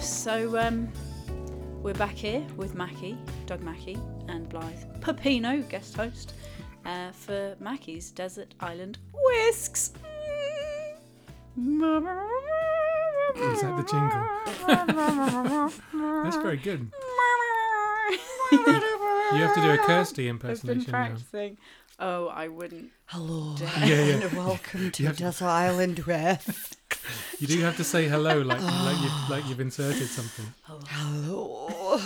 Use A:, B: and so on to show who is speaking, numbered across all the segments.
A: So um, we're back here with Mackie, Doug Mackie, and Blythe Papino, guest host, uh, for Mackie's Desert Island Whisks.
B: Is that the jingle? That's very good. You have to do a Kirsty
A: I've been
B: impersonation now.
A: practicing. Oh, I wouldn't.
C: Hello
B: Yeah, yeah.
C: and welcome to
B: have to-
C: Desert Island Ref.
B: You do have to say hello like like you've, like you've inserted something.
C: Hello.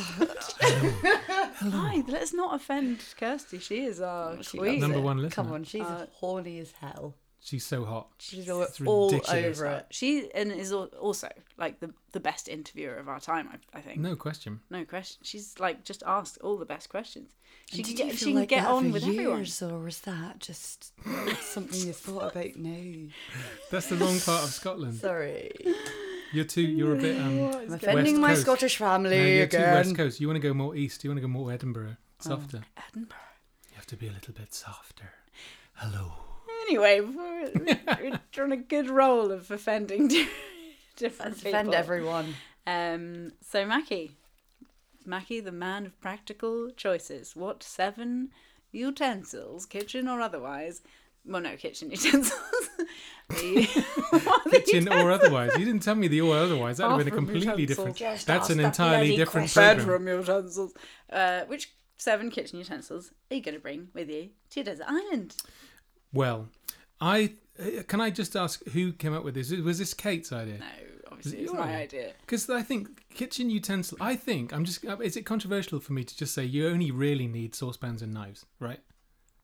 A: Blythe, let's not offend Kirsty. She is our queen.
B: Number one listener.
C: Come on, she's
A: Uh,
C: horny as hell.
B: She's so hot.
C: She's all,
B: It's
C: all
B: ridiculous.
C: over it.
A: She and is al- also like the the best interviewer of our time. I, I think.
B: No question.
A: No question. She's like just asked all the best questions. She
C: And
A: can
C: did you
A: get
C: feel
A: she can
C: like
A: get
C: that
A: on
C: for
A: with everyone.
C: years, or was that just something you thought about now?
B: That's the wrong part of Scotland.
C: Sorry,
B: You're too. You're a bit. Um,
C: I'm offending my
B: Coast.
C: Scottish
B: no,
C: family
B: you're too West
C: again.
B: Coast. You want to go more east. You want to go more Edinburgh. Softer.
A: Edinburgh.
B: You have to be a little bit softer. Hello.
A: Anyway, we're, we're on a good roll of offending di- different
C: Let's
A: people.
C: offend everyone.
A: Um. So Mackie, Mackie, the man of practical choices. What seven utensils, kitchen or otherwise? Well, no, kitchen utensils. What are the
B: Kitchen or otherwise. You didn't tell me the or otherwise. That would have been a
A: Bathroom
B: completely different.
A: utensils.
C: Just
B: That's
C: ask
B: an
C: that
B: entirely
C: bloody
B: different
C: question.
B: program.
A: bedroom utensils. Uh, which seven kitchen utensils are you going to bring with you to Desert Island?
B: Well, I uh, can I just ask who came up with this? Was this Kate's idea?
A: No, obviously
B: it
A: it's
B: your
A: my
B: idea?
A: idea.
B: Because I think kitchen utensil. I think I'm just. uh, Is it controversial for me to just say you only really need saucepans and knives, right?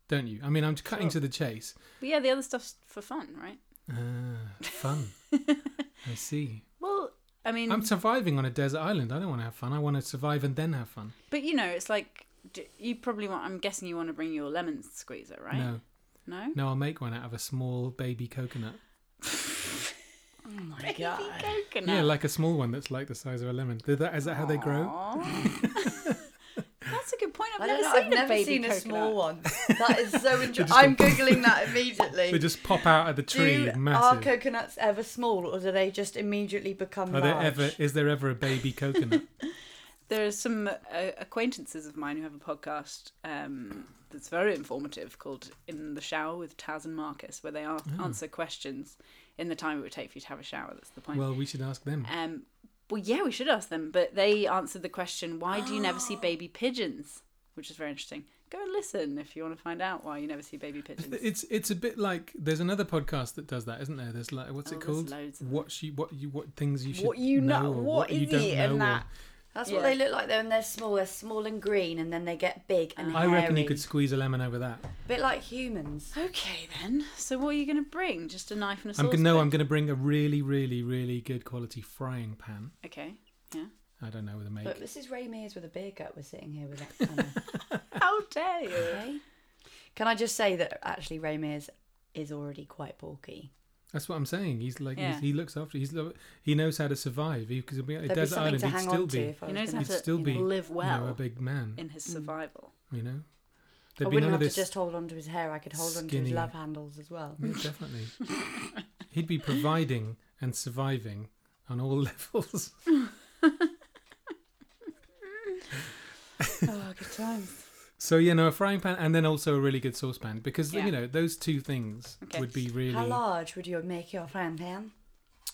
B: Don't you? I mean, I'm cutting to the chase.
A: But yeah, the other stuff's for fun, right?
B: Ah, fun. I see.
A: Well, I mean,
B: I'm surviving on a desert island. I don't want to have fun. I want to survive and then have fun.
A: but you know, it's like d- you probably want. I'm guessing you want to bring your lemon squeezer, right?
B: No,
A: No?
B: no, I'll make one out of a small baby coconut.
C: Oh my god.
A: Coconut.
B: Yeah, like a small one that's like the size of a lemon. Is that, is that how they grow?
A: Aw. That's a good point. I've
C: I
A: never
C: don't know.
A: seen
C: I've
A: a
C: never
A: baby
C: seen a
A: coconut.
C: small one. That is so
B: just
C: interesting. I'm
B: go-
C: googling that
B: They
C: immediately.
B: just pop out of the tree,
C: Do are
A: Oh,
B: massive.
C: coconuts ever small, or do they just immediately become
B: Are
C: large?
B: there ever? Is there ever a baby coconut?
A: There are some uh, acquaintances of mine who have a podcast um, that's very informative called In the Shower with Taz and Marcus, where they a-
B: Oh.
A: answer questions in the time it would take for you to have a shower. That's the point.
B: well, we should ask them.
A: um, well, yeah, we should ask them, but they answered the question, Why do you never see baby pigeons? Which is very interesting. Go and listen if you want to find out why you never see baby pigeons.
B: It's it's a bit like there's another podcast that does that, isn't there? There's like what's
A: Oh,
B: it
A: there's
B: called?
A: loads of
B: What you what you what things you should
C: What you
B: know,
C: know-
B: or
C: what
B: you
C: is
B: don't
C: it
B: know
C: and
B: or-
C: that? That's what
A: Yeah.
C: they look like though, and they're small. They're small and green, and then they get big and
B: I reckon you
C: hairy.
B: could squeeze a lemon over that.
C: bit like humans.
A: Okay, then. So, what are you going to bring? Just a knife and a
B: I'm
A: saucepan?
B: gonna no, I'm gonna bring a really really really good quality frying pan.
A: Okay. Yeah.
B: I don't know with a make.
C: But this is Ray Mears with a beer gut. We're sitting here with that. Kind of,
A: How dare you?
C: okay. Can I just say that actually Ray Mears is already quite bulky.
B: That's what I'm saying. He's like
A: Yeah.
B: he's, he looks after. He's lo- he knows how to survive. He because
C: There'd be
B: desert
C: something
B: island
C: to
B: he'd
C: hang
B: still
C: on to.
B: be
C: If I
A: He
C: was
A: knows
C: gonna,
A: how
B: he'd
A: to
B: still
A: you
B: be
A: know, live
B: you know,
A: well.
B: a big man.
A: in his survival.
B: You know,
C: I
B: there'd be
C: wouldn't
B: none
C: have
B: of this.
C: to just hold onto his hair. I could hold on to his
B: skinny-
C: love handles as well.
B: Yeah, definitely. He'd be providing and surviving on all levels.
A: Oh, good times.
B: So yeah, no, a frying pan and then also a really good saucepan because
A: Yeah.
B: you know those two things
A: Okay.
B: would be really
C: How large would you make your frying pan?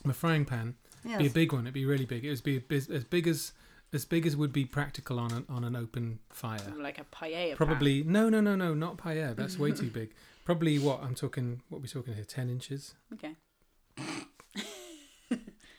B: a frying pan.
C: Yes.
B: Be a big one. It'd be really big. It would be a biz- as big as as big as would be practical on an, on an open fire.
A: Like a paella.
B: Probably no, no, no, no, not paella. That's way too big. Probably what I'm talking. What we are talking here? Ten inches.
A: pan. Okay.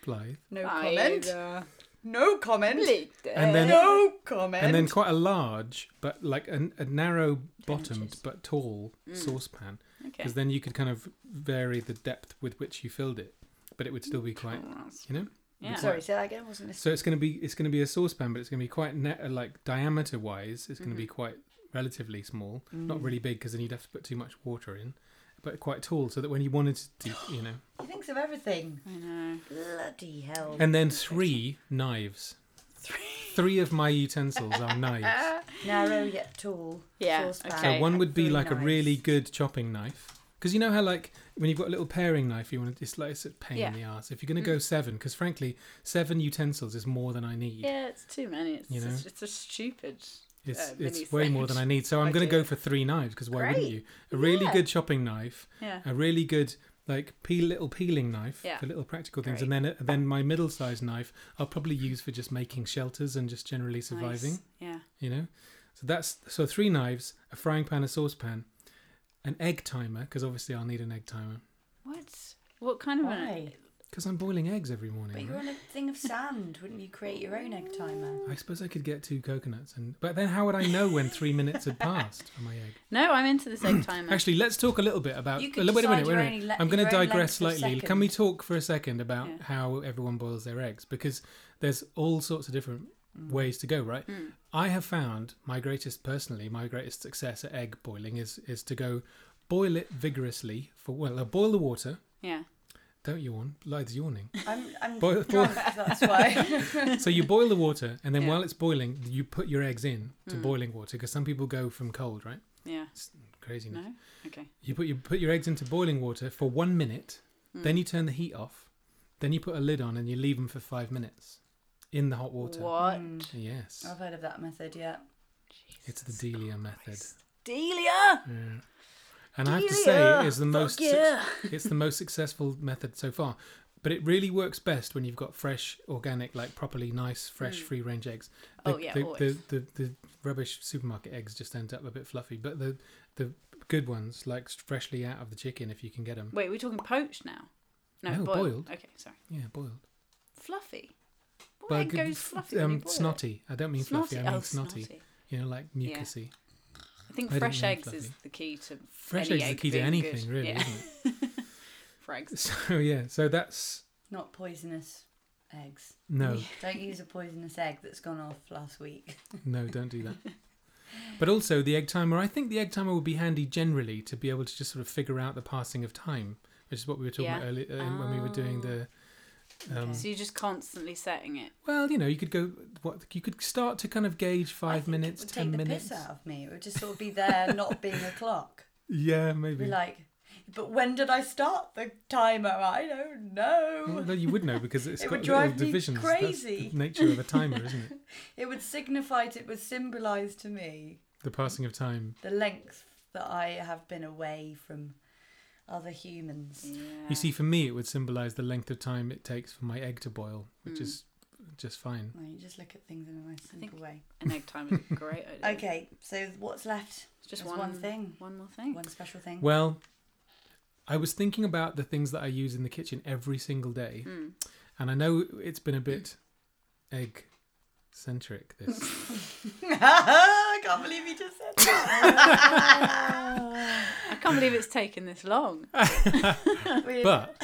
B: Blythe.
C: No
A: I,
C: comment.
A: uh,
C: No comment.
A: leaked it.
B: And then
C: No comment.
B: and then quite a large, but like an, a narrow bottomed
C: inches.
B: but tall saucepan.
A: Okay.
B: Because then you could kind of vary the depth with which you filled it, but it would still be quite,
A: Oh, that's-
B: you know.
A: Yeah.
C: Sorry, say that again. Wasn't this?
B: So it's going to be it's going to be a saucepan, but it's going to be quite net like diameter wise. It's going to be quite relatively small, not really big because then you'd have to put too much water in, but quite tall so that when you wanted to, do- you know.
C: He thinks of everything.
A: I know.
C: Bloody hell.
B: And then three knives. Three of my utensils are knives.
C: Narrow yet tall.
A: Yeah,
C: Saucepan.
A: okay.
B: So one would be
C: Three
B: like a really
C: knives.
B: good chopping knife. Because you know how like when you've got a little paring knife, you want to just like it's a pain
A: Yeah. Mm.
B: in the arse. If you're going to go seven, because frankly, seven utensils is more than I need.
A: Yeah, it's too many. It's
B: You know?
A: just, it's just stupid.
B: It's
A: uh,
B: it's
A: mini
B: way more than I need. So I'm going to
A: idea.
B: go for three knives because why wouldn't
C: Great.
B: you? A really
C: Yeah.
B: good chopping knife,
A: Yeah.
B: a really good like peel little peeling knife
A: Yeah.
B: for little practical things, and then and then my middle sized knife I'll probably use for just making shelters and just generally surviving.
A: Nice. Yeah.
B: You know, so that's so three knives, a frying pan, a saucepan, an egg timer because obviously I'll need an egg timer
A: What? What kind of an?
C: Why?
B: because I'm boiling eggs every morning.
C: But
B: right?
C: you're on a thing of sand. Wouldn't you create your own egg timer?
B: I suppose I could get two coconuts, and but then how would I know when three minutes had passed for my egg?
A: No, I'm into this egg timer.
B: Actually, let's talk a little bit about. uh,
C: You could
B: wait a minute,
C: decide
B: wait a
C: your
B: minute.
C: own le-
B: I'm going to
C: your own
B: digress
C: length of
B: slightly. Can
C: second.
B: we talk for a second about
A: Yeah.
B: how everyone boils their eggs? Because there's all sorts of different
C: Mm.
B: ways to go, right? I have found my greatest, personally, my greatest success at egg boiling is is to go boil it vigorously for well, uh, boil the water.
A: yeah.
B: Don't yawn. Lide's yawning.
C: I'm, I'm
B: Boil-
C: drunk, that's why.
B: so you boil the water, and then
A: Yeah.
B: while it's boiling, you put your eggs in
C: Mm.
B: to boiling water because some people go from cold, right?
A: Yeah.
B: It's crazy.
A: No. Okay.
B: You put you put your eggs into boiling water for one minute,
A: Hmm.
B: then you turn the heat off, then you put a lid on and you leave them for five minutes in the hot water.
A: What?
C: Mm.
A: Oh,
B: Yes,
C: Hmm. I've heard of that method, yeah.
B: it's the Delia method,
A: Delia.
B: Yeah. and I have to say it is the most suc- it's the most successful method so far. But it really works best when you've got fresh, organic, like properly nice, fresh, free range eggs. The,
A: Hmm. Oh, yeah,
B: the,
A: always.
B: The, the, the rubbish supermarket eggs just end up a bit fluffy, but the the good ones, like freshly out of the chicken, if you can get them,
A: Wait, we're talking poached now. No,
B: No,
A: boiled.
B: boiled.
A: Okay, sorry.
B: yeah, boiled.
A: Fluffy. What
B: But
A: egg
B: g-
A: goes
B: f- um,
A: fluffy? when you boil it?
B: snotty. I don't mean
A: um, Snotty.
B: fluffy. I mean
A: oh,
B: snotty.
A: snotty.
B: You know, like
A: Yeah.
B: mucusy.
A: I think
B: I didn't
A: fresh
B: know
A: eggs is
B: fluffy.
A: the key to
B: Fresh
A: any
B: eggs is the
A: egg
B: key to
A: being
B: anything,
A: good.
B: really,
A: Yeah.
B: isn't it?
A: For eggs.
B: So yeah, so that's
C: Not poisonous eggs.
B: no,
C: Don't use a poisonous egg that's gone off last week.
B: no, don't do that. But also the egg timer. I think the egg timer would be handy generally to be able to just sort of figure out the passing of time, which is what we were talking
A: Yeah.
B: about earlier uh, when we were doing the. Um,
A: So you're just constantly setting it.
B: Well, you know, you could go. What you could start to kind of gauge
C: I
B: five
C: think
B: minutes,
C: it would
B: ten
C: take
B: minutes.
C: the piss out of me. It would just sort of be there, not being a clock.
B: Yeah, maybe.
C: Be like, but when did I start the timer? I don't know.
B: Well, you would know because it's
C: It
B: got
C: would
B: little
C: drive me
B: divisions. That's
C: crazy.
B: the nature of a timer, isn't it?
C: It would signify, to- it would symbolise to me
B: The passing of time.
C: the length that I have been away from other humans.
A: Yeah.
B: You see, for me, it would symbolise the length of time it takes for my egg to boil, which is just fine.
C: No, you just look at things in a nice
A: think-
C: simple way.
A: an egg timer is a great idea.
C: Okay, so what's left?
A: It's just
C: There's
A: one,
C: one thing.
A: One more thing.
C: One special thing.
B: Well, I was thinking about the things that I use in the kitchen every single day, and I know it's been a bit egg centric. This,
C: I can't believe you just said that.
A: I can't believe it's taken this long.
C: We-
B: but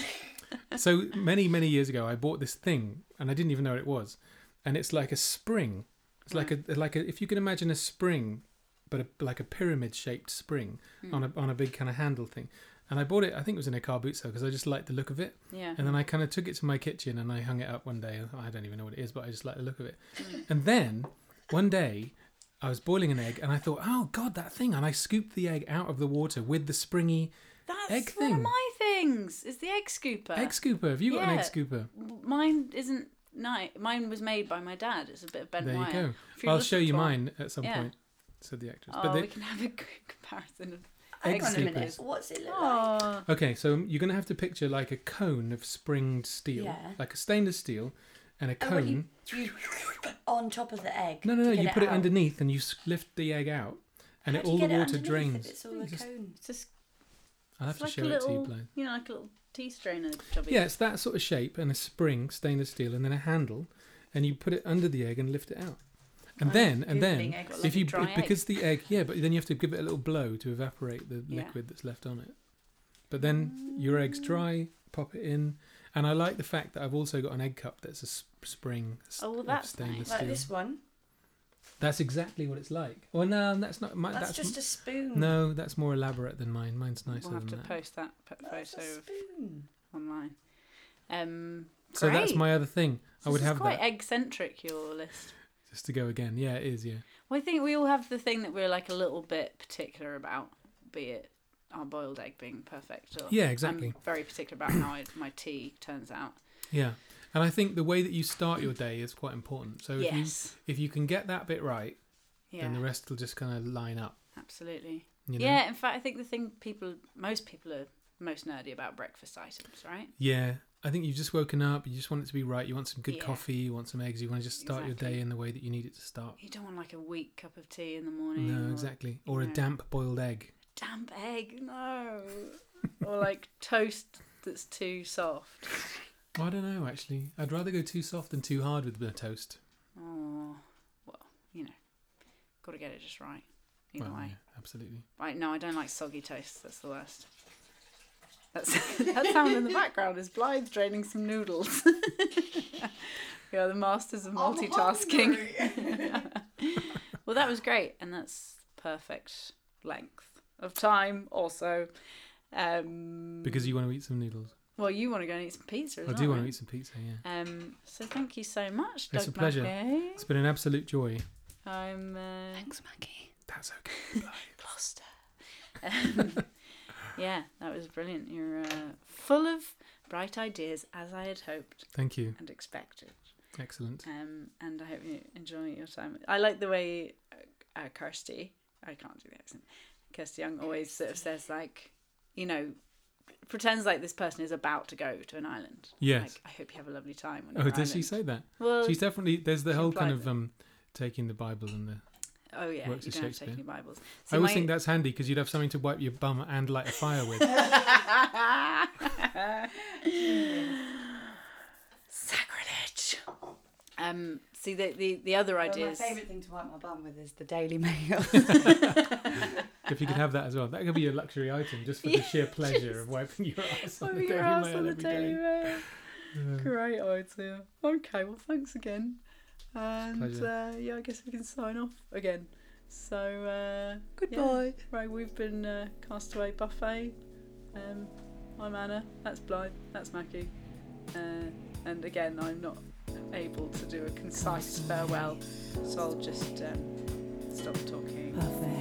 B: so many many years ago, I bought this thing, and I didn't even know what it was, and it's like a spring. It's like a like a if you can imagine a spring, but a, like a pyramid shaped spring on a on a big kind of handle thing. And I bought it. I think it was in a car boot sale because I just liked the look of it.
A: Yeah.
B: And then I kind of took it to my kitchen and I hung it up one day. I don't even know what it is, but I just like the look of it. And then one day I was boiling an egg and I thought, oh God, that thing. And I scooped the egg out of the water with the springy
A: That's
B: Egg
A: one
B: thing.
A: of my things. Is the egg scooper.
B: egg scooper. Have you got an egg
A: yeah.
B: scooper?
A: Mine isn't. Ni- mine was made by my dad. It's a bit of bent
B: There you
A: wire.
B: go.
A: If you're
B: I'll show
A: listening
B: you
A: to our-
B: mine at some
A: Yeah.
B: point, said the actress.
A: Oh,
B: but they,
A: we can have a quick comparison of
C: Hang
B: egg
C: on a minute.
B: scoopers.
C: What's it look like?
A: Oh,
B: Okay, so you're going to have to picture like a cone of springed steel,
C: Yeah.
B: like a stainless steel and a
C: Oh, well,
B: cone.
C: you- you- on top of the egg.
B: No, no,
C: to
B: no.
C: get
B: You put it,
C: out.
B: underneath and you s- lift the egg out, and
C: How
B: it,
C: do you
B: all the
C: get it
B: water
C: underneath if
B: drains.
C: It's all a
B: Just-
C: cone.
A: it's just
B: I'll have
A: it's
B: to
A: like
B: show
A: a
B: it to you,
A: little,
B: Blaine.
A: you know, like a little tea strainer jobby.
B: Yeah, it's that sort of shape and a spring, stainless steel, and then a handle, and you put it under the egg and lift it out. And
C: Wow.
B: then, and
C: Googling
B: then,
C: egg
A: Like
B: if
A: a
B: you
A: dry
B: if- because the egg, yeah, but then you have to give it a little blow to evaporate the
A: Yeah. Mm.
B: liquid that's left on it. But then your egg's dry, pop it in, and I like the fact that I've also got an egg cup that's a s- spring s-
A: Oh, well,
B: of
A: that's
B: stainless
A: nice.
C: like
B: steel.
C: this one.
B: That's exactly what it's like. Well, no, that's not. My,
C: That's,
B: that's
C: just a spoon.
B: No, that's more elaborate than mine. Mine's nicer
A: we'll have to
B: than that.
A: post that p-
C: That's a
A: photo of-
C: spoon.
A: online. Um,
B: So that's
A: great.
B: my other thing. I
A: This
B: would
A: is
B: have
A: quite e-,
B: that
A: eccentric your list.
B: just to go again. Yeah, it is. Yeah,
A: Well, I think we all have the thing that we're like a little bit particular about, be it our boiled egg being perfect. Or
B: Yeah, exactly.
A: I'm very particular about how I, my tea turns out.
B: Yeah. And I think the way that you start your day is quite important. So if you
A: yes.
B: if you can get that bit right,
A: Yeah.
B: then the rest will just kind of line up.
A: Absolutely.
B: You know?
A: Yeah. In fact, I think the thing people, most people are most nerdy about breakfast items, right?
B: Yeah. I think you've just woken up. You just want it to be right. You want some good
A: Yeah.
B: coffee. You want some eggs. You want to just start your
A: Exactly.
B: day in the way that you need it to start.
A: You don't want like a weak cup of tea in the morning.
B: No,
A: or
B: exactly. Or a
A: no.
B: damp boiled egg.
A: Damp egg. No. or like toast that's too soft.
B: I don't know, actually. I'd rather go too soft than too hard with the toast.
A: Oh, well, you know, got to get it just right. Either
B: Well,
A: way.
B: yeah, absolutely.
A: Right, no, I don't like soggy toast. That's the worst. That's, that sound in the background is Blythe draining some noodles. we are the masters of multitasking. Well, that was great, and that's perfect length of time. Also, um,
B: Because you want to eat some noodles.
A: well, you want to go and eat some pizza. As eh?
B: I do want to eat some pizza, yeah.
A: Um, so thank you so much, Doug
B: It's a pleasure.
A: Mackay.
B: It's been an absolute joy.
A: I'm uh,
C: Thanks, Maggie.
B: That's okay.
A: Gloucester. Um, yeah, that was brilliant. You're uh, full of bright ideas, as I had hoped
B: Thank you.
A: and expected.
B: Excellent.
A: Um, and I hope you enjoy your time. I like the way uh, uh, Kirsty, I can't do the accent, Kirsty Young always sort of says, like, you know, pretends like this person is about to go to an island.
B: Yes.
A: Like, I hope you have a lovely time. On
B: Oh,
A: your
B: does she
A: island." Oh,
B: say that?
A: Well,
B: She's definitely there's the
A: she
B: whole kind
A: implied
B: of um taking the Bible and the.
A: oh, yeah,
B: works
A: you
B: with
A: don't have to
B: Shakespeare.
A: take any Bibles.
B: I always
A: my-
B: think that's handy because you'd have something to wipe your bum and light a fire with.
A: Sacrilege. Um, see the the, the other ideas.
C: my favourite thing to wipe my bum with is the Daily Mail.
B: if you could have that as well, that could be a luxury item just for the sheer pleasure of wiping your ass on
A: Over
B: the
A: your
B: Daily
A: house
B: Mail
A: on the
B: every
A: Daily
B: day.
A: Mail.
B: Yeah.
A: Great idea. Okay, well, thanks again, and
B: Pleasure.
A: uh, yeah, I guess we can sign off again. So uh,
C: Goodbye.
A: Yeah, right, we've been uh, Castaway Buffet. Um, I'm Anna. That's Blythe. That's Mackie. Uh, and again, I'm not able to do a concise farewell, so I'll just um, stop talking.
C: Perfect.